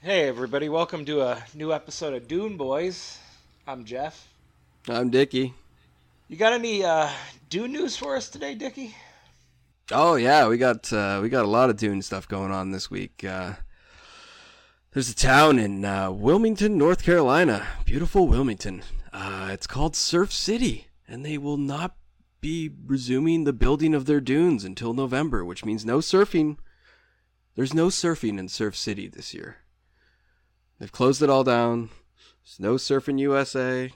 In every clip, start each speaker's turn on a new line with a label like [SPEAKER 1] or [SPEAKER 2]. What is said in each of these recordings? [SPEAKER 1] Hey, everybody, welcome to a new episode of Dune Boys. I'm Jeff.
[SPEAKER 2] I'm Dicky.
[SPEAKER 1] You got any uh, Dune news for us today, Dicky?
[SPEAKER 2] Oh yeah, we got uh, we got a lot of Dune stuff going on this week. Uh, there's a town in uh, Wilmington, North Carolina, beautiful Wilmington. Uh, it's called Surf City, and they will not be resuming the building of their dunes until November, which means no surfing. There's no surfing in Surf City this year. They've closed it all down. There's no surfing USA.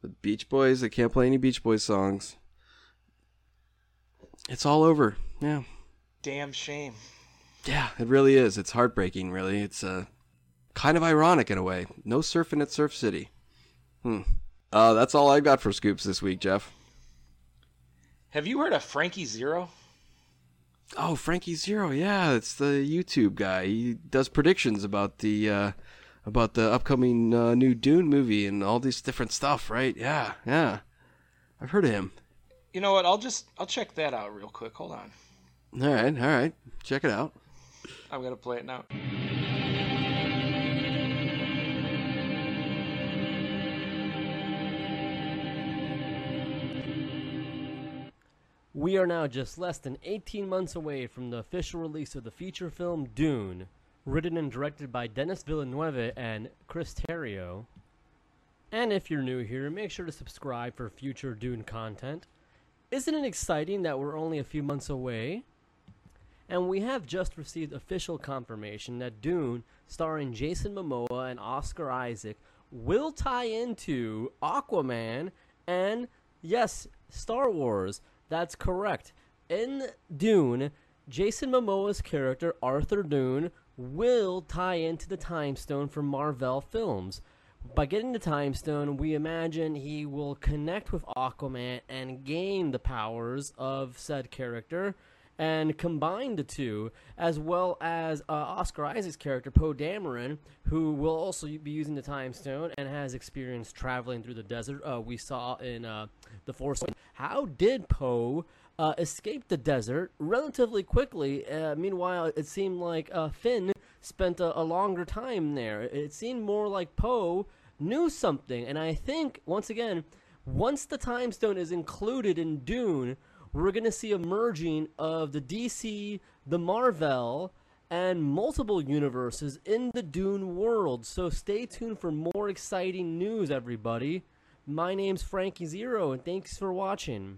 [SPEAKER 2] The Beach Boys, they can't play any Beach Boys songs. It's all over. Yeah.
[SPEAKER 1] Damn shame.
[SPEAKER 2] Yeah, it really is. It's heartbreaking, really. It's uh, kind of ironic in a way. No surfing at Surf City. Hmm. Uh, that's all I got for scoops this week, Jeff.
[SPEAKER 1] Have you heard of Frankie Zero?
[SPEAKER 2] Oh, Frankie Zero. Yeah, it's the YouTube guy. He does predictions about the uh, about the upcoming uh, new Dune movie and all this different stuff, right? Yeah, yeah. I've heard of him.
[SPEAKER 1] You know what? I'll just I'll check that out real quick. Hold on.
[SPEAKER 2] All right, all right. Check it out.
[SPEAKER 1] I'm gonna play it now.
[SPEAKER 3] We are now just less than 18 months away from the official release of the feature film Dune, written and directed by Dennis Villeneuve and Chris Terrio. And if you're new here, make sure to subscribe for future Dune content. Isn't it exciting that we're only a few months away? And we have just received official confirmation that Dune, starring Jason Momoa and Oscar Isaac, will tie into Aquaman and, yes, Star Wars. That's correct. In Dune, Jason Momoa's character, Arthur Dune, will tie into the Time Stone from Marvel films. By getting the Time Stone, we imagine he will connect with Aquaman and gain the powers of said character and combine the two, as well as uh, Oscar Isaac's character, Poe Dameron, who will also be using the Time Stone and has experience traveling through the desert. Uh, we saw in uh, The Force. Awakens. How did Poe uh, escape the desert relatively quickly? Uh, meanwhile, it seemed like uh, Finn spent a, a longer time there. It seemed more like Poe knew something. And I think, once again, once the Time Stone is included in Dune, we're going to see a merging of the DC, the Marvel, and multiple universes in the Dune world. So stay tuned for more exciting news, everybody. My name's Frankie Zero, and thanks for watching.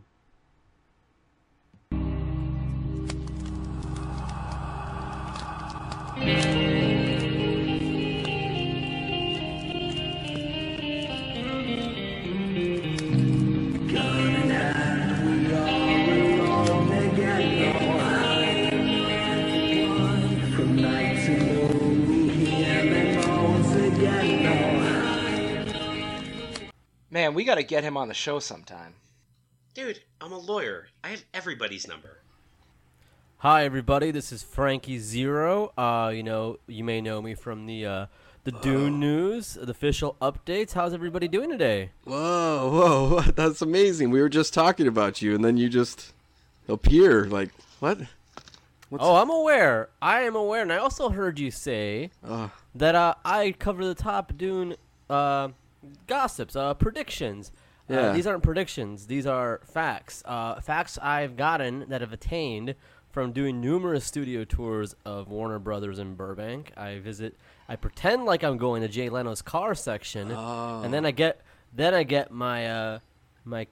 [SPEAKER 1] Man, we gotta get him on the show sometime.
[SPEAKER 4] Dude, I'm a lawyer. I have everybody's number.
[SPEAKER 3] Hi, everybody. This is Frankie Zero. Uh, you know, you may know me from the uh, the Dune news, the official updates. How's everybody doing today?
[SPEAKER 2] Whoa, whoa, what? that's amazing. We were just talking about you, and then you just appear. Like, what?
[SPEAKER 3] Oh, I'm aware. I am aware, and I also heard you say
[SPEAKER 2] Uh,
[SPEAKER 3] that uh, I cover the top Dune uh, gossips, uh, predictions. Uh,
[SPEAKER 2] Yeah.
[SPEAKER 3] these aren't predictions; these are facts. Uh, facts I've gotten that have attained from doing numerous studio tours of Warner Brothers in Burbank. I visit. I pretend like I'm going to Jay Leno's car section, and then I get then I get my uh, my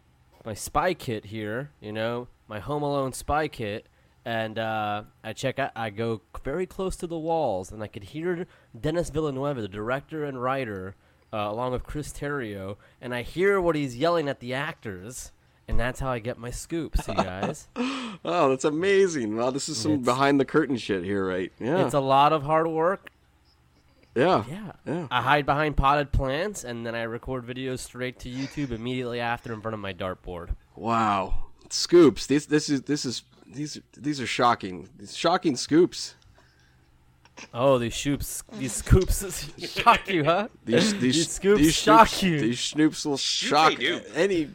[SPEAKER 3] my spy kit here. You know, my Home Alone spy kit and uh, I check out. I go very close to the walls, and I could hear Dennis Villeneuve, the director and writer, uh, along with Chris Terrio, and I hear what he's yelling at the actors, and that's how I get my scoops, you guys.
[SPEAKER 2] oh, that's amazing. Wow, this is some
[SPEAKER 3] It's-
[SPEAKER 2] behind the curtain shit here, right? Yeah.
[SPEAKER 3] It's a lot of hard work.
[SPEAKER 2] yeah.
[SPEAKER 3] Yeah.
[SPEAKER 2] Yeah.
[SPEAKER 3] I hide behind potted plants, and then I record videos straight to YouTube immediately after in front of my dartboard.
[SPEAKER 2] Wow. Scoops. This this is this is these these are shocking. These shocking scoops.
[SPEAKER 3] Oh, these shoops, these scoops shock you, huh?
[SPEAKER 2] These these,
[SPEAKER 3] These scoops
[SPEAKER 2] these
[SPEAKER 3] shock
[SPEAKER 2] scoops-
[SPEAKER 3] you.
[SPEAKER 2] These snoops will shock
[SPEAKER 4] doop.
[SPEAKER 2] any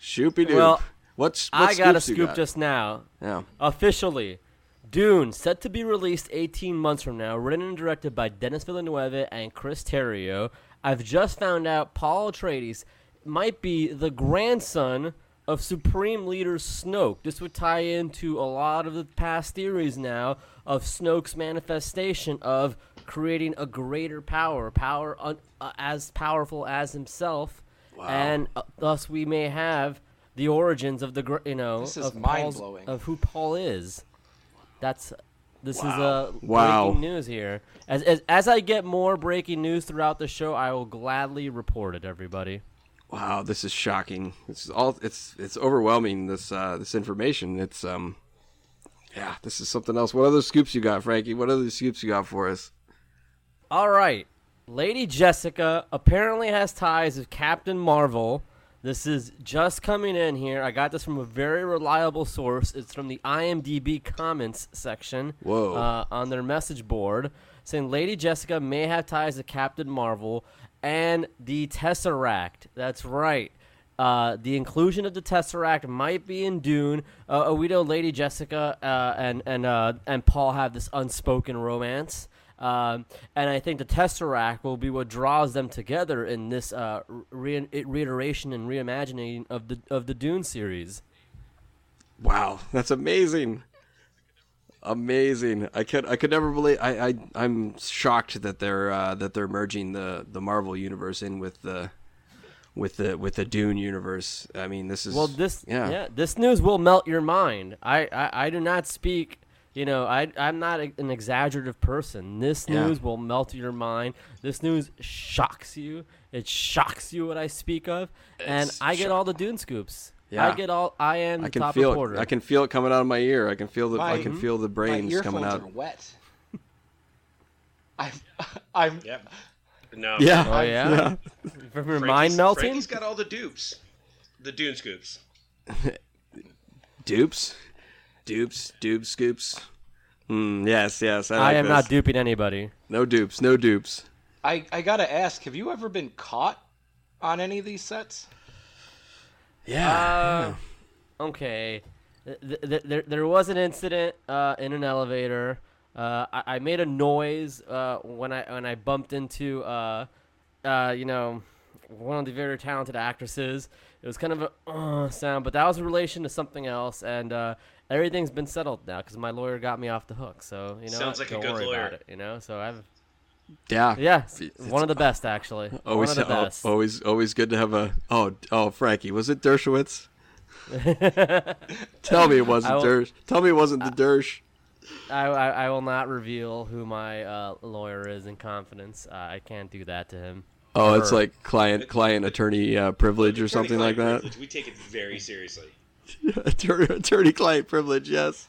[SPEAKER 2] shoopy doop.
[SPEAKER 3] Well,
[SPEAKER 2] what's what
[SPEAKER 3] I got a
[SPEAKER 2] scoops you
[SPEAKER 3] scoop
[SPEAKER 2] got?
[SPEAKER 3] just now.
[SPEAKER 2] yeah.
[SPEAKER 3] officially Dune, set to be released 18 months from now, written and directed by Dennis Villeneuve and Chris Terrio. I've just found out Paul Atreides might be the grandson of Supreme Leader Snoke. This would tie into a lot of the past theories now of Snoke's manifestation of creating a greater power, power un- uh, as powerful as himself, and uh, thus we may have the origins of the gr- you know
[SPEAKER 1] This is
[SPEAKER 3] of Paul's-
[SPEAKER 1] mind-blowing.
[SPEAKER 3] of who Paul is. That's this is uh, breaking
[SPEAKER 2] Wow.
[SPEAKER 3] news here. As, as as I get more breaking news throughout the show, I will gladly report it. Everybody,
[SPEAKER 2] Wow, this is shocking. This is all it's it's overwhelming this uh this information. It's um yeah, this is something else. What other scoops you got, Frankie? What other scoops you got for us?
[SPEAKER 3] all right. Lady Jessica apparently has ties with Captain Marvel. This is just coming in here. I got this from a very reliable source. It's from the IMDb comments section.
[SPEAKER 2] Whoa.
[SPEAKER 3] Uh, on their message board saying Lady Jessica may have ties to Captain Marvel and the Tesseract. That's right. Uh, the inclusion of the Tesseract might be in Dune. Uh, we know Lady Jessica uh, and and uh, and Paul have this unspoken romance, um, and I think the Tesseract will be what draws them together in this uh, re- reiteration and reimagining of the of the Dune series.
[SPEAKER 2] Wow, that's amazing. Amazing. I could I could never believe I, I I'm shocked that they're uh that they're merging the the Marvel universe in with the with the with the Dune universe. I mean, this is
[SPEAKER 3] Well, this yeah.
[SPEAKER 2] yeah.
[SPEAKER 3] this news will melt your mind. I, I, I do not speak. You know, I I'm not a, an exaggerative person. This
[SPEAKER 2] Yeah.
[SPEAKER 3] news will melt your mind. This news shocks you. It shocks you what I speak of, and
[SPEAKER 2] It's
[SPEAKER 3] I get all the Dune scoops.
[SPEAKER 2] Yeah.
[SPEAKER 3] I get all. I am the
[SPEAKER 2] I can
[SPEAKER 3] top
[SPEAKER 2] feel
[SPEAKER 3] reporter.
[SPEAKER 2] it. I can feel it coming out of my ear. I can feel the I
[SPEAKER 1] My-
[SPEAKER 2] can feel the brains
[SPEAKER 1] My
[SPEAKER 2] coming
[SPEAKER 1] earphones
[SPEAKER 2] out.
[SPEAKER 1] are wet. I'm, I'm.
[SPEAKER 4] Yep. No.
[SPEAKER 2] Yeah.
[SPEAKER 3] Oh yeah,
[SPEAKER 2] yeah.
[SPEAKER 3] from your
[SPEAKER 4] Frankie's-
[SPEAKER 3] mind melting.
[SPEAKER 4] Frankie's got all the dupes. The Dune scoops.
[SPEAKER 2] Dupes, dupes, dupes, scoops. Mm, yes, yes. I,
[SPEAKER 3] I
[SPEAKER 2] like
[SPEAKER 3] am
[SPEAKER 2] this.
[SPEAKER 3] not duping anybody.
[SPEAKER 2] No dupes. No dupes.
[SPEAKER 1] I, I gotta ask, have you ever been caught on any of these sets?
[SPEAKER 3] Uh,
[SPEAKER 2] Yeah.
[SPEAKER 3] okay. Th- th- there, there was an incident uh, in an elevator. Uh, I, I made a noise uh, when I when I bumped into uh, uh, you know one of the very talented actresses. It was kind of a uh, sound, but that was in relation to something else, and uh, everything's been settled now because my lawyer got me off the hook. So you know,
[SPEAKER 4] Sounds
[SPEAKER 3] what?
[SPEAKER 4] like
[SPEAKER 3] Don't
[SPEAKER 4] a good
[SPEAKER 3] worry
[SPEAKER 4] lawyer.
[SPEAKER 3] about it. You know, so I've
[SPEAKER 2] yeah.
[SPEAKER 3] yeah,
[SPEAKER 2] It's- Oh,
[SPEAKER 3] one of the best actually. one
[SPEAKER 2] Always,
[SPEAKER 3] of the
[SPEAKER 2] al-
[SPEAKER 3] best.
[SPEAKER 2] always, always good to have a. Oh, oh, Frankie, was it Dershowitz? Tell me it wasn't
[SPEAKER 3] I will-
[SPEAKER 2] Dersh. Tell me it wasn't the Dersh.
[SPEAKER 3] I, I, I will not reveal who my uh, lawyer is in confidence. Uh, I can't do that to him.
[SPEAKER 2] Oh, it's
[SPEAKER 3] her.
[SPEAKER 2] like client, client attorney uh, privilege or something like
[SPEAKER 4] Attorney-client
[SPEAKER 2] that.
[SPEAKER 4] privilege, We take it very seriously.
[SPEAKER 2] attorney, attorney client privilege. Yes.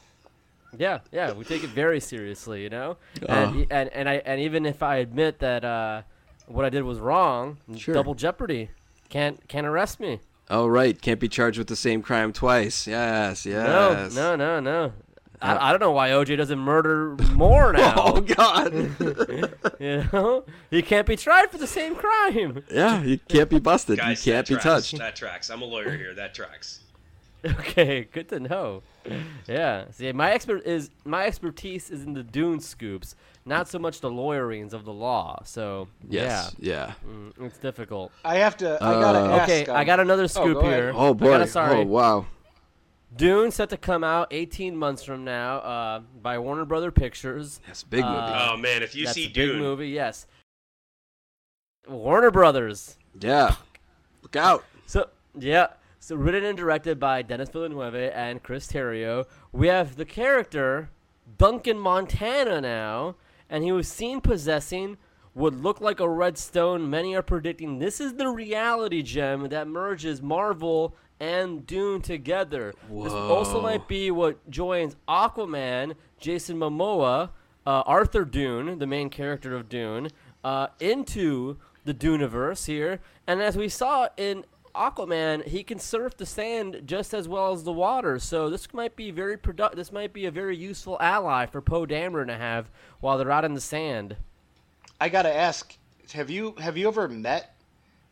[SPEAKER 3] Yeah, yeah, we take it very seriously, you know. And, e, and and I and even if I admit that uh, what I did was wrong,
[SPEAKER 2] Sure.
[SPEAKER 3] double jeopardy. Can't can't arrest me.
[SPEAKER 2] Oh, right. Can't be charged with the same crime twice. Yes.
[SPEAKER 3] No,
[SPEAKER 2] Yes.
[SPEAKER 3] no, no, no. I, I don't know why OJ doesn't murder more
[SPEAKER 2] Oh
[SPEAKER 3] now.
[SPEAKER 2] God.
[SPEAKER 3] You know, he can't be tried for the same crime.
[SPEAKER 2] Yeah, you can't be busted.
[SPEAKER 4] Guys,
[SPEAKER 2] you can't
[SPEAKER 4] that
[SPEAKER 2] be
[SPEAKER 4] tracks.
[SPEAKER 2] touched.
[SPEAKER 4] That tracks. I'm a lawyer here. That tracks.
[SPEAKER 3] Okay, good to know. Yeah. See, my expert is my expertise is in the dune scoops, not so much the lawyerings of the law. So
[SPEAKER 2] Yes. Yeah.
[SPEAKER 3] yeah, mm, it's difficult.
[SPEAKER 1] I have to. I gotta
[SPEAKER 2] Uh,
[SPEAKER 1] ask.
[SPEAKER 3] Okay,
[SPEAKER 1] um,
[SPEAKER 3] I got another scoop
[SPEAKER 1] go ahead.
[SPEAKER 3] here.
[SPEAKER 2] Oh
[SPEAKER 3] I
[SPEAKER 2] boy.
[SPEAKER 3] got a sorry.
[SPEAKER 2] Oh wow.
[SPEAKER 3] Dune set to come out 18 months from now uh, by Warner Brother Pictures.
[SPEAKER 2] That's a big movie.
[SPEAKER 3] Uh,
[SPEAKER 4] Oh man, if you
[SPEAKER 3] That's
[SPEAKER 4] see
[SPEAKER 3] a big
[SPEAKER 4] Dune,
[SPEAKER 3] movie. Yes. Warner Brothers.
[SPEAKER 2] yeah. Look out.
[SPEAKER 3] So yeah, so written and directed by Dennis Villeneuve and Chris Terrio. We have the character Duncan Montana now, and he was seen possessing what looked like a red stone. Many are predicting this is the reality gem that merges Marvel and Dune together. This also
[SPEAKER 2] Whoa.
[SPEAKER 3] might be what joins Aquaman, Jason Momoa, uh, Arthur Dune, the main character of Dune, uh, into the Duneverse here. And as we saw in Aquaman, he can surf the sand just as well as the water. So this might be very product. This might be a very useful ally for Poe Dameron to have while they're out in the sand.
[SPEAKER 1] I gotta ask. Have you have you ever met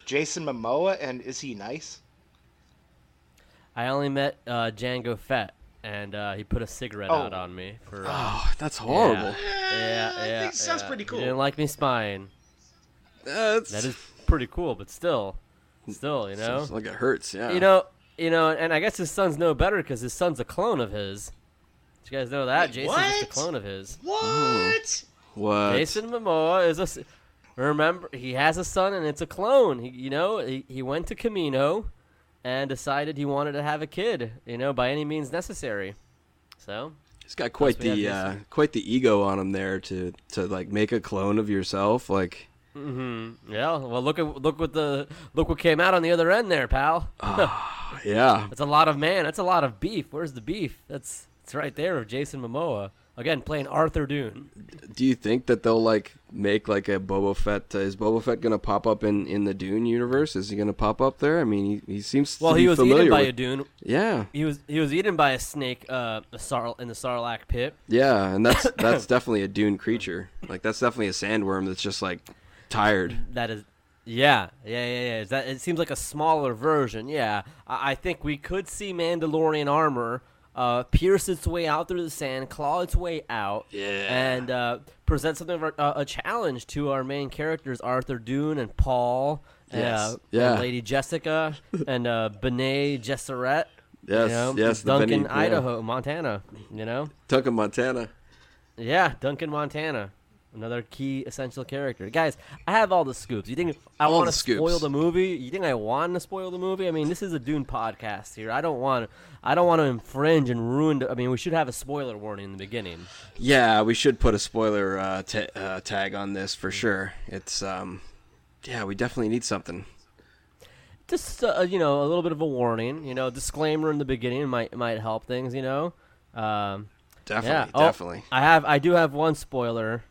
[SPEAKER 1] Jason Momoa and is he nice?
[SPEAKER 3] I only met uh, Django Fett. and uh, he put a cigarette
[SPEAKER 1] Oh.
[SPEAKER 3] out on me for. uh,
[SPEAKER 2] Oh, that's horrible.
[SPEAKER 3] Yeah,
[SPEAKER 4] Ah, I
[SPEAKER 3] yeah.
[SPEAKER 4] think it sounds
[SPEAKER 3] yeah.
[SPEAKER 4] pretty
[SPEAKER 3] You
[SPEAKER 4] cool.
[SPEAKER 3] didn't like me spying.
[SPEAKER 2] That's,
[SPEAKER 3] That is pretty cool, but still, still, you know,
[SPEAKER 2] sounds like it hurts. Yeah.
[SPEAKER 3] you know, you know, and I guess his son's no better because his son's a clone of his. Did you guys know that
[SPEAKER 4] Wait,
[SPEAKER 3] Jason's just a
[SPEAKER 4] what?
[SPEAKER 3] clone of his?
[SPEAKER 4] What?
[SPEAKER 2] what?
[SPEAKER 3] Jason Momoa is a. s- Remember, he has a son, and it's a clone. He, you know, he, he went to Camino, and decided he wanted to have a kid. You know, by any means necessary. So
[SPEAKER 2] He's got quite
[SPEAKER 3] That's what
[SPEAKER 2] the
[SPEAKER 3] I had
[SPEAKER 2] uh,
[SPEAKER 3] to
[SPEAKER 2] quite the ego on him there to to like make a clone of yourself. Like,
[SPEAKER 3] yeah, well, look at look what the look what came out on the other end there, pal.
[SPEAKER 2] Ah. yeah,
[SPEAKER 3] That's a lot of man. That's a lot of beef. Where's the beef? That's it's right there of Jason Momoa again playing Arthur Dune.
[SPEAKER 2] do you think that they'll like make like a Boba Fett? Uh, is Boba Fett gonna pop up in in the Dune universe? Is he gonna pop up there? I mean, he, he seems
[SPEAKER 3] Well,
[SPEAKER 2] to be
[SPEAKER 3] he was
[SPEAKER 2] familiar
[SPEAKER 3] eaten by
[SPEAKER 2] with.
[SPEAKER 3] a Dune.
[SPEAKER 2] yeah,
[SPEAKER 3] He was he was eaten by a snake, uh, a sarl in the Sarlacc pit.
[SPEAKER 2] yeah, and that's that's definitely a Dune creature. Like, that's definitely a sandworm that's just like tired.
[SPEAKER 3] That is, yeah, yeah, yeah, yeah. Is that it seems like a smaller version. Yeah, I, I think we could see Mandalorian armor uh, pierce its way out through the sand, claw its way out,
[SPEAKER 2] Yeah.
[SPEAKER 3] and uh, present something of a, uh, a challenge to our main characters Arthur Dune and Paul,
[SPEAKER 2] Yes.
[SPEAKER 3] uh,
[SPEAKER 2] Yeah.
[SPEAKER 3] and Lady Jessica, and uh, Benet Jesseret.
[SPEAKER 2] Yes,
[SPEAKER 3] you know,
[SPEAKER 2] yes, the Bene-
[SPEAKER 3] Duncan,
[SPEAKER 2] yeah.
[SPEAKER 3] Idaho, Montana. You know,
[SPEAKER 2] Tuck in Montana.
[SPEAKER 3] yeah, Duncan Montana, another key essential character. Guys, I have all the scoops. You think I
[SPEAKER 2] All
[SPEAKER 3] want
[SPEAKER 2] the
[SPEAKER 3] to
[SPEAKER 2] scoops.
[SPEAKER 3] spoil the movie? You think I want to spoil the movie? I mean, this is a Dune podcast here. I don't want, I don't want to infringe and ruin. the- I mean, we should have a spoiler warning in the beginning.
[SPEAKER 2] Yeah, we should put a spoiler uh, ta uh, tag on this
[SPEAKER 3] Mm.
[SPEAKER 2] for sure. It's um, yeah, we definitely need something.
[SPEAKER 3] Just uh, you know, a little bit of a warning. You know, disclaimer in the beginning might might help things. You know, um,
[SPEAKER 2] Definitely,
[SPEAKER 3] yeah. Oh,
[SPEAKER 2] definitely.
[SPEAKER 3] I have, I do have one spoiler.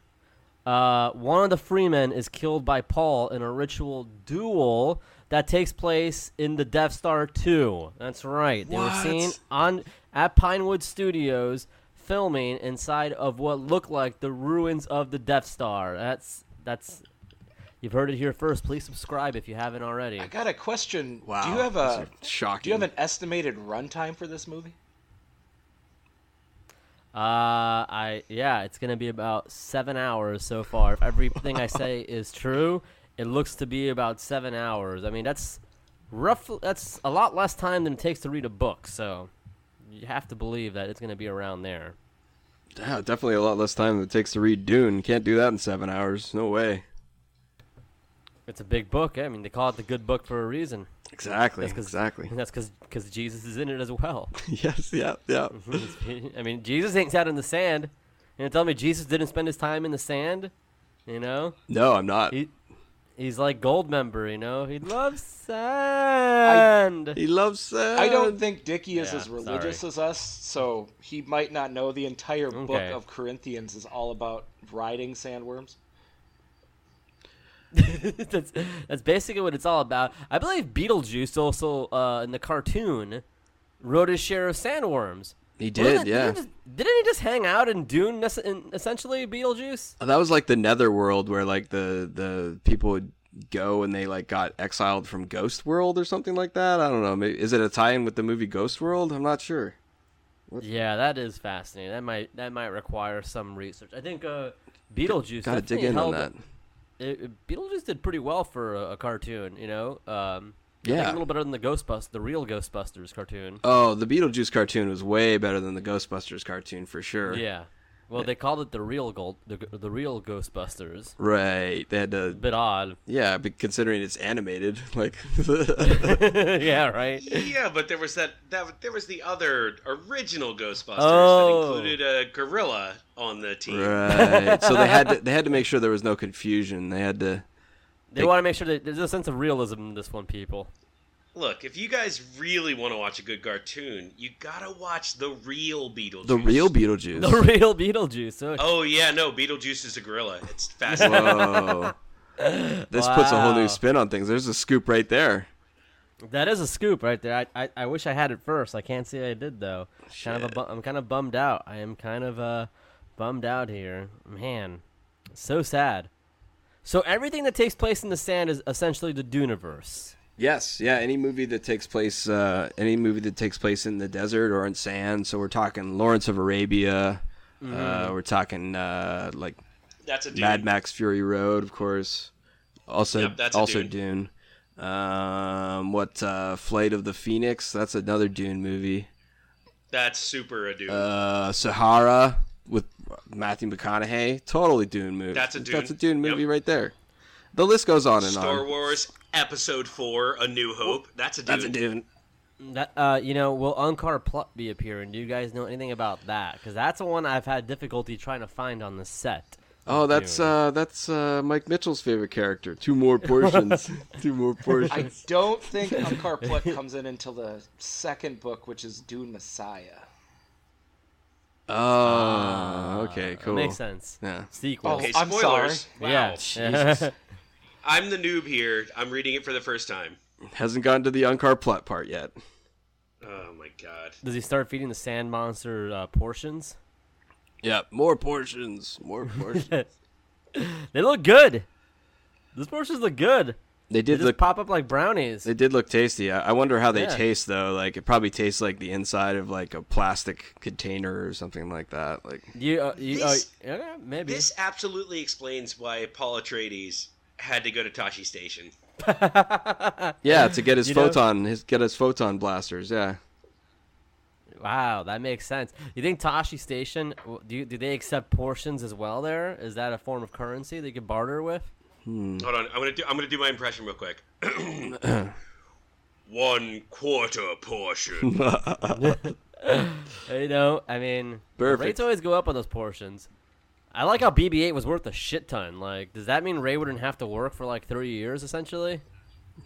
[SPEAKER 3] Uh, one of the freemen is killed by Paul in a ritual duel that takes place in the Death Star 2. That's right. They
[SPEAKER 2] What?
[SPEAKER 3] were seen on at Pinewood Studios filming inside of what looked like the ruins of the Death Star. That's that's you've heard it here first. Please subscribe if you haven't already.
[SPEAKER 1] I got a question.
[SPEAKER 2] Wow,
[SPEAKER 1] Do you have
[SPEAKER 2] these
[SPEAKER 1] a
[SPEAKER 2] are shocking?
[SPEAKER 1] do you have an estimated runtime for this movie?
[SPEAKER 3] Uh, I yeah, it's gonna be about seven hours so far. If everything I say is true, it looks to be about seven hours. I mean, that's roughly that's a lot less time than it takes to read a book. So you have to believe that it's gonna be around there.
[SPEAKER 2] Yeah, definitely a lot less time than it takes to read Dune. Can't do that in seven hours. No way.
[SPEAKER 3] It's a big book. eh? I mean, they call it the good book for a reason.
[SPEAKER 2] Exactly.
[SPEAKER 3] That's 'cause-
[SPEAKER 2] Exactly.
[SPEAKER 3] And that's because Jesus is in it as well.
[SPEAKER 2] yes. Yeah. Yeah.
[SPEAKER 3] I mean, Jesus ain't sat in the sand. You know, tell me Jesus didn't spend his time in the sand. You know.
[SPEAKER 2] No, I'm not. He,
[SPEAKER 3] He, he's like gold member, you know. He loves sand.
[SPEAKER 2] loves uh, sand.
[SPEAKER 1] I don't think Dickie is
[SPEAKER 3] Yeah,
[SPEAKER 1] as religious as us, so he might not know the entire book
[SPEAKER 3] Okay.
[SPEAKER 1] of Corinthians is all about riding sandworms.
[SPEAKER 3] that's that's basically what it's all about. I believe Beetlejuice also uh, in the cartoon wrote his share of sandworms.
[SPEAKER 2] He
[SPEAKER 3] Wasn't
[SPEAKER 2] did.
[SPEAKER 3] it-
[SPEAKER 2] Yeah.
[SPEAKER 3] Didn't he, just, didn't he just hang out in Dune, nes- in, essentially Beetlejuice?
[SPEAKER 2] That was like the netherworld where like the the people would go and they like got exiled from Ghost World or something like that. I don't know. Maybe, is it a tie-in with the movie Ghost World? I'm not sure.
[SPEAKER 3] Yeah, that is fascinating. That might that might require some research. I think uh, Beetlejuice.
[SPEAKER 2] Got to dig
[SPEAKER 3] definitely
[SPEAKER 2] in on
[SPEAKER 3] held-
[SPEAKER 2] that.
[SPEAKER 3] it, it- Beetlejuice did pretty well for a, a cartoon, you know. Um, I think
[SPEAKER 2] Yeah.
[SPEAKER 3] a little better than the Ghostbusters, the real Ghostbusters cartoon.
[SPEAKER 2] Oh, the Beetlejuice cartoon was way better than the Ghostbusters cartoon for sure.
[SPEAKER 3] Yeah. Well, they called it the real gold, the, the real Ghostbusters.
[SPEAKER 2] Right. They had to.
[SPEAKER 3] Bit odd.
[SPEAKER 2] Yeah, but considering it's animated, like.
[SPEAKER 3] yeah, right.
[SPEAKER 4] Yeah, but there was that, that there was the other original Ghostbusters
[SPEAKER 3] Oh.
[SPEAKER 4] that included a gorilla on the team.
[SPEAKER 2] right. So they had to, they had to make sure there was no confusion. They had to.
[SPEAKER 3] They want to make sure that there's a sense of realism in this one, people.
[SPEAKER 4] Look, if you guys really want to watch a good cartoon, you gotta watch the real Beetlejuice.
[SPEAKER 2] The real Beetlejuice.
[SPEAKER 3] The real Beetlejuice. So
[SPEAKER 4] Oh yeah, no, Beetlejuice is a gorilla. It's fascinating.
[SPEAKER 2] Whoa. This puts a whole
[SPEAKER 3] Wow.
[SPEAKER 2] new spin on things. There's a scoop right there.
[SPEAKER 3] that is a scoop right there. I, I, I wish I had it first. I can't say I did though. Kind of a bu- I'm kind of bummed out. I am kind of uh bummed out here. Man, so sad. So everything that takes place in the sand is essentially the Duneverse.
[SPEAKER 2] Yes, yeah. Any movie that takes place, uh, any movie that takes place in the desert or in sand. So we're talking Lawrence of Arabia.
[SPEAKER 4] Mm-hmm.
[SPEAKER 2] Uh, we're talking uh, like
[SPEAKER 4] That's a dude.
[SPEAKER 2] Mad Max Fury Road, of course. Also,
[SPEAKER 4] Yep, that's a
[SPEAKER 2] also Dune. Um, what uh, Flight of the Phoenix? That's another Dune movie.
[SPEAKER 4] That's super a dude.
[SPEAKER 2] Uh, Sahara with Matthew McConaughey. Totally Dune movie.
[SPEAKER 4] That's a
[SPEAKER 2] That's a
[SPEAKER 4] Dune.
[SPEAKER 2] Dune movie
[SPEAKER 4] Yep.
[SPEAKER 2] right there. The list goes on and
[SPEAKER 4] Star
[SPEAKER 2] on.
[SPEAKER 4] Wars Episode Four: A New Hope. That's a dude.
[SPEAKER 2] That's a Dune.
[SPEAKER 3] That uh, you know, will Uncar Plup be appearing? Do you guys know anything about that? Because that's the one I've had difficulty trying to find on the set.
[SPEAKER 2] Oh, that's uh, that's uh, Mike Mitchell's favorite character. Two more portions. Two more
[SPEAKER 1] I
[SPEAKER 2] portions.
[SPEAKER 1] don't think Unkar Plutt comes in until the second book, which is Dune Messiah.
[SPEAKER 2] Oh, okay, cool.
[SPEAKER 3] Ah, Makes sense.
[SPEAKER 2] Yeah.
[SPEAKER 3] Sequel.
[SPEAKER 4] Okay,
[SPEAKER 1] Oh, I'm
[SPEAKER 4] spoilers.
[SPEAKER 1] sorry.
[SPEAKER 4] Wow.
[SPEAKER 3] Yeah.
[SPEAKER 4] I'm the noob here. I'm reading it for the first time.
[SPEAKER 2] Hasn't gotten to the Uncar plot part yet.
[SPEAKER 4] Oh my god.
[SPEAKER 3] Does he start feeding the sand monster uh, portions?
[SPEAKER 2] Yeah, more portions, more portions.
[SPEAKER 3] They look good. Those portions look good.
[SPEAKER 2] they
[SPEAKER 3] They
[SPEAKER 2] did
[SPEAKER 3] just
[SPEAKER 2] look
[SPEAKER 3] pop up like brownies.
[SPEAKER 2] they did look tasty. I, I wonder how they
[SPEAKER 3] Yeah.
[SPEAKER 2] taste though. Like it probably tastes like the inside of like a plastic container or something like that. Like
[SPEAKER 3] you, uh, you, uh,
[SPEAKER 4] This-
[SPEAKER 3] yeah, maybe.
[SPEAKER 4] This absolutely explains why Paul Atreides had to go to Tashi Station.
[SPEAKER 2] yeah, to get his
[SPEAKER 3] You know-
[SPEAKER 2] photon, his get his photon blasters. Yeah.
[SPEAKER 3] Wow, that makes sense. You think Tashi Station? w- Do you, do they accept portions as well? There is that a form of currency they could barter with?
[SPEAKER 4] Hold on, I'm gonna do I'm gonna do my impression real quick. One quarter portion.
[SPEAKER 3] You know, I mean, the
[SPEAKER 2] Perfect.
[SPEAKER 3] rates always go up on those portions. I like how BB-8 was worth a shit ton. Like, does that mean Ray wouldn't have to work for like three years essentially?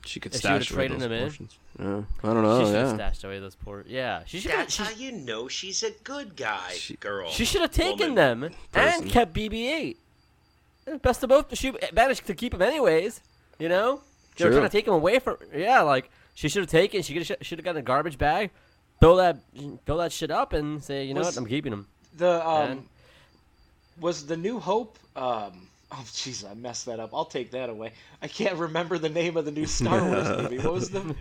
[SPEAKER 2] She could
[SPEAKER 3] If she would've
[SPEAKER 2] stash away
[SPEAKER 3] traded
[SPEAKER 2] those
[SPEAKER 3] him in.
[SPEAKER 2] portions. Yeah. I don't
[SPEAKER 3] she
[SPEAKER 2] know.
[SPEAKER 3] should have
[SPEAKER 2] yeah.
[SPEAKER 3] stashed away those portions. Yeah, she should.
[SPEAKER 4] That's
[SPEAKER 3] She,
[SPEAKER 4] how you know she's a good guy, girl.
[SPEAKER 3] she should have taken
[SPEAKER 4] Woman.
[SPEAKER 3] them
[SPEAKER 2] Person.
[SPEAKER 3] and kept BB-8. Eh, Best of both. She managed to keep him anyways. You know, they were
[SPEAKER 2] True.
[SPEAKER 3] trying to take him away from. Yeah, like she should have taken. She should have gotten a garbage bag, throw that, throw that shit up, and say, you know
[SPEAKER 1] Was-
[SPEAKER 3] what, I'm keeping him.
[SPEAKER 1] The um,
[SPEAKER 3] And-
[SPEAKER 1] was the New Hope. Um, oh, jeez, I messed that up. I'll take that away. I can't remember the name of the new Star Wars movie. What was the?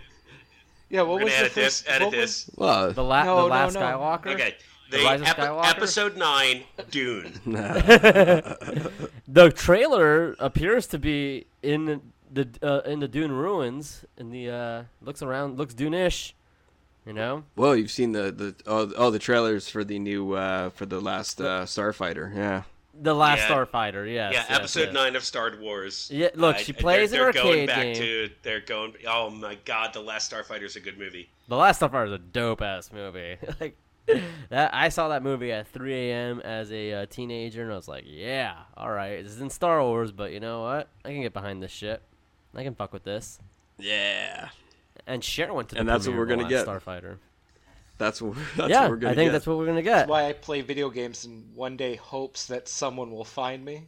[SPEAKER 1] Yeah, what
[SPEAKER 4] We're gonna
[SPEAKER 1] was the
[SPEAKER 4] edit
[SPEAKER 1] first?
[SPEAKER 4] this, edit
[SPEAKER 1] what was-
[SPEAKER 4] this.
[SPEAKER 2] Well,
[SPEAKER 3] The, la-
[SPEAKER 1] No,
[SPEAKER 3] the
[SPEAKER 1] no,
[SPEAKER 3] last
[SPEAKER 1] no.
[SPEAKER 3] Skywalker.
[SPEAKER 4] Okay.
[SPEAKER 3] The
[SPEAKER 4] They
[SPEAKER 3] Rise of
[SPEAKER 4] epi-
[SPEAKER 3] Skywalker?
[SPEAKER 4] episode nine, Dune.
[SPEAKER 3] The trailer appears to be in the uh, in the Dune ruins. In the uh, looks around, looks Dune-ish. You know,
[SPEAKER 2] Whoa, you've seen the the oh, the- oh the trailers for the new uh for the last uh, Starfighter. Yeah.
[SPEAKER 3] the last
[SPEAKER 4] Yeah.
[SPEAKER 3] Starfighter. Yes.
[SPEAKER 4] yeah,
[SPEAKER 3] yes,
[SPEAKER 4] episode
[SPEAKER 3] yes.
[SPEAKER 4] nine of Star Wars.
[SPEAKER 3] Yeah, look,
[SPEAKER 4] I-
[SPEAKER 3] she plays
[SPEAKER 4] they're,
[SPEAKER 3] an
[SPEAKER 4] they're
[SPEAKER 3] arcade
[SPEAKER 4] going back
[SPEAKER 3] game.
[SPEAKER 4] to they're going oh my god, The Last Starfighter's a good movie.
[SPEAKER 3] The Last Starfighter is a dope ass movie. like that, I saw that movie at 3 a.m. as a uh, teenager, and I was like, yeah, all right, this isn't Star Wars, but you know what? I can get behind this shit. I can fuck with this.
[SPEAKER 2] Yeah.
[SPEAKER 3] And Cher went to the
[SPEAKER 2] And that's what
[SPEAKER 3] premiere
[SPEAKER 2] we're
[SPEAKER 3] of The
[SPEAKER 2] gonna
[SPEAKER 3] Last Starfighter.
[SPEAKER 2] That's what that's
[SPEAKER 3] yeah,
[SPEAKER 2] what we're gonna
[SPEAKER 3] I think
[SPEAKER 2] get.
[SPEAKER 3] that's what we're gonna get.
[SPEAKER 1] Why I play video games and one day hopes that someone will find me.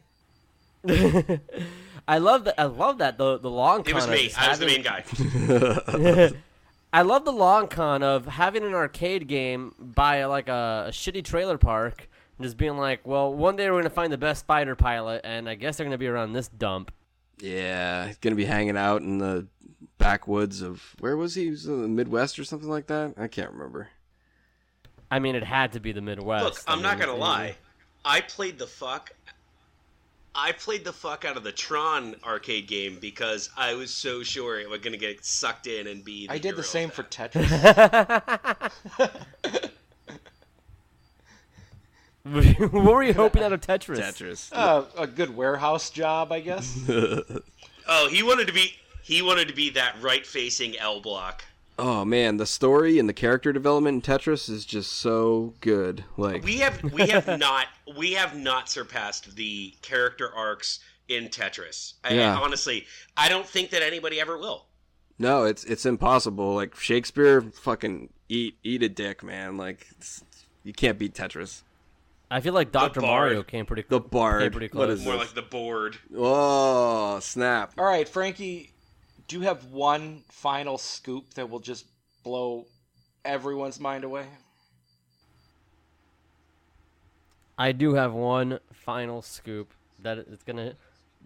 [SPEAKER 3] I love that. I love that the the long con.
[SPEAKER 4] It was
[SPEAKER 3] of
[SPEAKER 4] me.
[SPEAKER 3] just
[SPEAKER 4] I was the
[SPEAKER 3] having-
[SPEAKER 4] main guy.
[SPEAKER 3] I love the long con of having an arcade game by like a, a shitty trailer park and just being like, well, one day we're gonna find the best fighter pilot, and I guess they're gonna be around this dump.
[SPEAKER 2] Yeah, he's gonna be hanging out in the backwoods of where was he? He was in the Midwest or something like that. I can't remember.
[SPEAKER 3] I mean, it had to be the Midwest.
[SPEAKER 4] Look,
[SPEAKER 3] I
[SPEAKER 4] I'm not
[SPEAKER 3] mean,
[SPEAKER 4] gonna lie. I played the fuck. I played the fuck out of the Tron arcade game because I was so sure it was gonna get sucked in and be. The
[SPEAKER 1] I did
[SPEAKER 4] hero
[SPEAKER 1] the
[SPEAKER 4] of
[SPEAKER 1] same
[SPEAKER 4] that.
[SPEAKER 1] for Tetris.
[SPEAKER 3] what were you hoping out of Tetris?
[SPEAKER 2] Tetris.
[SPEAKER 1] uh, a good warehouse job, I guess.
[SPEAKER 4] Oh, he wanted to be. He wanted to be that right-facing L block.
[SPEAKER 2] Oh man, the story and the character development in Tetris is just so good. Like
[SPEAKER 4] We have we have not we have not surpassed the character arcs in Tetris. I,
[SPEAKER 2] Yeah.
[SPEAKER 4] honestly, I don't think that anybody ever will.
[SPEAKER 2] no, it's it's impossible. Like Shakespeare, fucking eat eat a dick, man. Like it's- you can't beat Tetris.
[SPEAKER 3] I feel like Doctor
[SPEAKER 4] Bard.
[SPEAKER 3] Mario came pretty.
[SPEAKER 2] The
[SPEAKER 3] Came
[SPEAKER 2] Bard.
[SPEAKER 3] pretty
[SPEAKER 2] What
[SPEAKER 3] close.
[SPEAKER 2] is
[SPEAKER 4] More
[SPEAKER 2] this?
[SPEAKER 4] like the board.
[SPEAKER 2] Oh snap!
[SPEAKER 1] All right, Frankie, do you have one final scoop that will just blow everyone's mind away?
[SPEAKER 3] I do have one final scoop that is gonna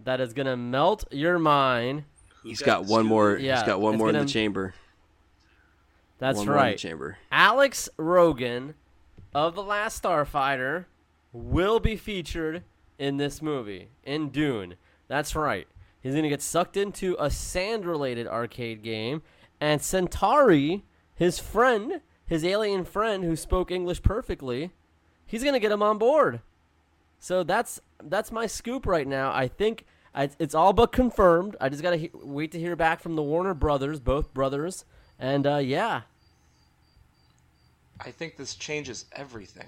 [SPEAKER 3] that is gonna melt your mind.
[SPEAKER 4] Who
[SPEAKER 2] He's got one
[SPEAKER 4] Scooby?
[SPEAKER 2] more.
[SPEAKER 3] Yeah,
[SPEAKER 2] he's got one
[SPEAKER 3] it's
[SPEAKER 2] more in
[SPEAKER 3] gonna-
[SPEAKER 2] the chamber.
[SPEAKER 3] That's
[SPEAKER 2] one More in the
[SPEAKER 3] right.
[SPEAKER 2] chamber.
[SPEAKER 3] Alex Rogan of The Last Starfighter will be featured in this movie, in Dune. That's right. He's going to get sucked into a sand related arcade game, and Centauri, his friend, his alien friend who spoke English perfectly, he's going to get him on board. So that's that's my scoop right now. I think I, it's all but confirmed. I just got to he- wait to hear back from the Warner brothers, both brothers. And uh, yeah,
[SPEAKER 1] I think this changes everything.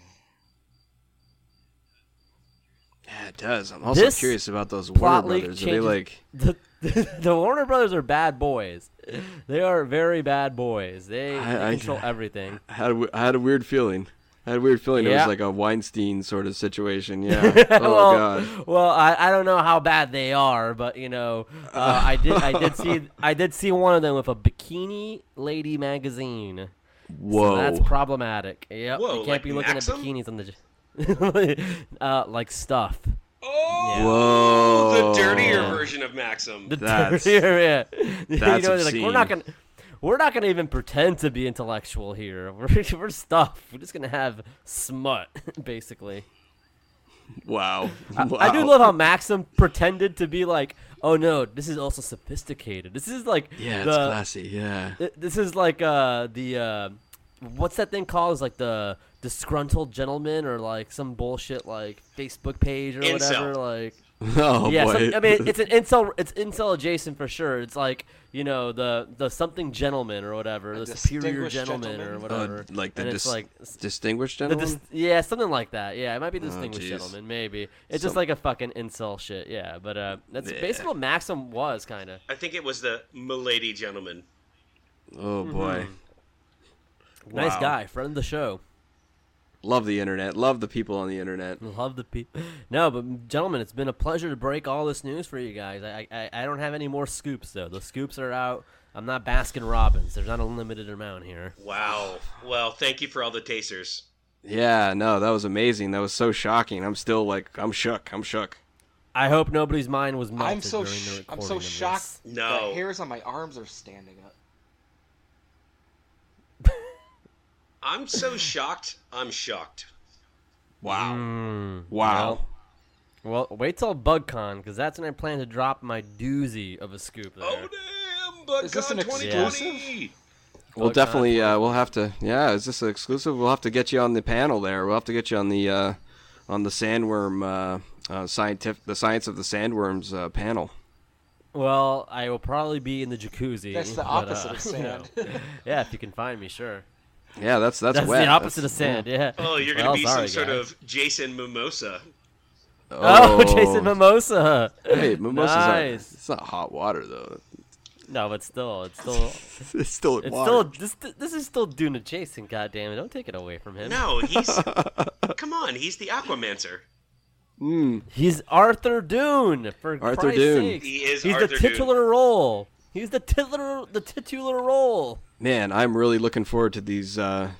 [SPEAKER 2] Yeah, it does. I'm also
[SPEAKER 3] This
[SPEAKER 2] curious about those
[SPEAKER 3] plot
[SPEAKER 2] Warner
[SPEAKER 3] leak
[SPEAKER 2] Brothers. Are they
[SPEAKER 3] changes-
[SPEAKER 2] like?
[SPEAKER 3] the, the Warner Brothers are bad boys. They are very bad boys. They,
[SPEAKER 2] I-
[SPEAKER 3] they
[SPEAKER 2] I-
[SPEAKER 3] control everything.
[SPEAKER 2] I had a w I had a weird feeling. I had a weird feeling it
[SPEAKER 3] Yeah.
[SPEAKER 2] was like a Weinstein sort of situation. Yeah. Oh
[SPEAKER 3] well,
[SPEAKER 2] god.
[SPEAKER 3] well, I, I don't know how bad they are, but you know, uh, I did I did see I did see one of them with a bikini lady magazine.
[SPEAKER 2] Whoa.
[SPEAKER 3] That's problematic. Yep,
[SPEAKER 4] Whoa,
[SPEAKER 3] you can't
[SPEAKER 4] like
[SPEAKER 3] be looking
[SPEAKER 4] Maxim?
[SPEAKER 3] at bikinis on the uh, like stuff.
[SPEAKER 4] Oh,
[SPEAKER 3] Yeah.
[SPEAKER 2] Whoa.
[SPEAKER 4] the dirtier
[SPEAKER 3] Yeah.
[SPEAKER 4] version of Maxim.
[SPEAKER 3] The
[SPEAKER 2] That's-
[SPEAKER 3] dirtier, yeah. You
[SPEAKER 2] that's
[SPEAKER 3] know, like, we're not
[SPEAKER 2] obscene.
[SPEAKER 3] gonna we're not gonna even pretend to be intellectual here. We're, we're stuff. We're just gonna have smut, basically.
[SPEAKER 2] Wow.
[SPEAKER 3] I do
[SPEAKER 2] Wow.
[SPEAKER 3] love how Maxim pretended to be like, oh no, this is also sophisticated. This is like
[SPEAKER 2] Yeah, it's
[SPEAKER 3] the,
[SPEAKER 2] classy. Yeah.
[SPEAKER 3] th- this is like uh the uh what's that thing called? Is like the disgruntled gentleman or like some bullshit like Facebook page or
[SPEAKER 4] Incel.
[SPEAKER 3] whatever like
[SPEAKER 2] Oh
[SPEAKER 3] yeah,
[SPEAKER 2] boy.
[SPEAKER 3] some- I mean it's an incel, it's incel adjacent for sure. It's like you know the the something gentleman or whatever, the superior
[SPEAKER 1] distinguished
[SPEAKER 3] gentleman,
[SPEAKER 1] gentleman?
[SPEAKER 3] or
[SPEAKER 2] Oh,
[SPEAKER 3] whatever.
[SPEAKER 2] like the
[SPEAKER 3] and
[SPEAKER 2] dis-
[SPEAKER 3] it's like
[SPEAKER 2] distinguished
[SPEAKER 3] the
[SPEAKER 2] gentleman.
[SPEAKER 3] dis- yeah, something like that. Yeah, it might be the distinguished
[SPEAKER 2] Oh, jeez.
[SPEAKER 3] gentleman, maybe. It's just
[SPEAKER 2] Some-
[SPEAKER 3] like a fucking incel shit. Yeah, but uh, that's
[SPEAKER 2] Yeah.
[SPEAKER 3] basically what Maxim was kind of.
[SPEAKER 4] I think it was the Milady gentleman.
[SPEAKER 2] oh boy.
[SPEAKER 3] Mm-hmm. Nice
[SPEAKER 2] Wow.
[SPEAKER 3] guy, friend of the show.
[SPEAKER 2] Love the internet. Love the people on the internet.
[SPEAKER 3] Love the people. No, but gentlemen, it's been a pleasure to break all this news for you guys. I, I I don't have any more scoops though. The scoops are out. I'm not Baskin Robbins. There's not a limited amount here.
[SPEAKER 4] Wow. Well, thank you for all the tasters.
[SPEAKER 2] Yeah, no, that was amazing. That was so shocking. I'm still like, I'm shook. I'm shook.
[SPEAKER 3] I hope nobody's mind was melted
[SPEAKER 1] I'm so
[SPEAKER 3] during the
[SPEAKER 1] sh-
[SPEAKER 3] recording.
[SPEAKER 1] I'm so
[SPEAKER 3] of this.
[SPEAKER 1] shocked.
[SPEAKER 4] No.
[SPEAKER 1] the hairs on my arms are standing up.
[SPEAKER 4] I'm so shocked. I'm shocked.
[SPEAKER 2] Wow.
[SPEAKER 3] Mm.
[SPEAKER 2] wow.
[SPEAKER 3] Well, wait till BugCon because that's when I plan to drop my doozy of a scoop. There.
[SPEAKER 4] Oh damn! But
[SPEAKER 1] Is this an
[SPEAKER 4] 2020.
[SPEAKER 2] We'll
[SPEAKER 3] Bug
[SPEAKER 2] definitely, uh, we'll have to. Yeah, is this exclusive? We'll have to get you on the panel there. We'll have to get you on the, uh, on the sandworm, uh, uh, scientific, the science of the sandworms uh, panel.
[SPEAKER 3] Well, I will probably be in the jacuzzi.
[SPEAKER 1] That's the
[SPEAKER 3] but,
[SPEAKER 1] opposite
[SPEAKER 3] uh,
[SPEAKER 1] of
[SPEAKER 3] you know.
[SPEAKER 1] sand.
[SPEAKER 3] yeah, if you can find me, sure.
[SPEAKER 2] Yeah, that's that's,
[SPEAKER 3] That's
[SPEAKER 2] wet.
[SPEAKER 3] the opposite
[SPEAKER 2] That's-
[SPEAKER 3] of sand. Yeah.
[SPEAKER 4] Oh, you're gonna
[SPEAKER 3] Well,
[SPEAKER 4] be
[SPEAKER 3] sorry,
[SPEAKER 4] some sort
[SPEAKER 3] guys.
[SPEAKER 4] of Jason Mimosa.
[SPEAKER 2] yeah.
[SPEAKER 3] Oh, Jason Mimosa.
[SPEAKER 2] Hey, mimosas. Aren't,
[SPEAKER 3] Nice.
[SPEAKER 2] it's not hot water though.
[SPEAKER 3] No, but still, it's still,
[SPEAKER 2] It's still
[SPEAKER 3] it's
[SPEAKER 2] water.
[SPEAKER 3] still. This this is still Dune adjacent. Goddamn it! Don't take it away from him.
[SPEAKER 4] No, he's. come on, he's the Aquamancer.
[SPEAKER 3] He's Arthur Dune for
[SPEAKER 2] Arthur
[SPEAKER 3] Christ's
[SPEAKER 2] Dune.
[SPEAKER 3] sakes.
[SPEAKER 4] He is
[SPEAKER 3] He's
[SPEAKER 4] Arthur
[SPEAKER 3] the
[SPEAKER 4] Dune.
[SPEAKER 3] titular role. He's the titular the titular role.
[SPEAKER 2] Man, I'm really looking forward to these uh,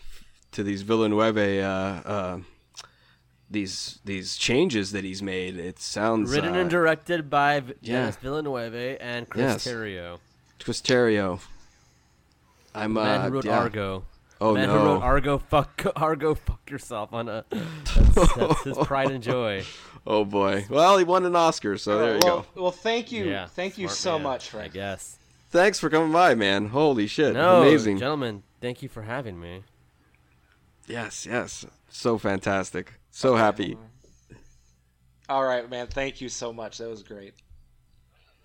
[SPEAKER 2] to these Villanueva uh, uh, these these changes that he's made. It sounds
[SPEAKER 3] Written
[SPEAKER 2] uh,
[SPEAKER 3] and directed by V-
[SPEAKER 2] yeah.
[SPEAKER 3] Dennis Villeneuve and
[SPEAKER 2] Yes.
[SPEAKER 3] Chris Terrio.
[SPEAKER 2] Twisterio. I'm
[SPEAKER 3] Man
[SPEAKER 2] uh,
[SPEAKER 3] who wrote
[SPEAKER 2] yeah.
[SPEAKER 3] Argo.
[SPEAKER 2] Oh
[SPEAKER 3] Man
[SPEAKER 2] no.
[SPEAKER 3] who wrote Argo fuck Argo fuck yourself on a that's, that's his pride and joy.
[SPEAKER 2] oh boy. Well, he won an Oscar, so
[SPEAKER 3] Oh,
[SPEAKER 2] there you
[SPEAKER 1] well,
[SPEAKER 2] go.
[SPEAKER 1] well, thank you,
[SPEAKER 3] Yeah,
[SPEAKER 1] thank you
[SPEAKER 3] smart
[SPEAKER 1] so
[SPEAKER 3] man,
[SPEAKER 1] much,
[SPEAKER 3] I
[SPEAKER 1] Frank.
[SPEAKER 3] guess.
[SPEAKER 2] Thanks for coming by, man. Holy shit.
[SPEAKER 3] No,
[SPEAKER 2] Amazing.
[SPEAKER 3] gentlemen, thank you for having me.
[SPEAKER 2] Yes, yes. So fantastic. So happy.
[SPEAKER 1] All right, man. Thank you so much. That was great.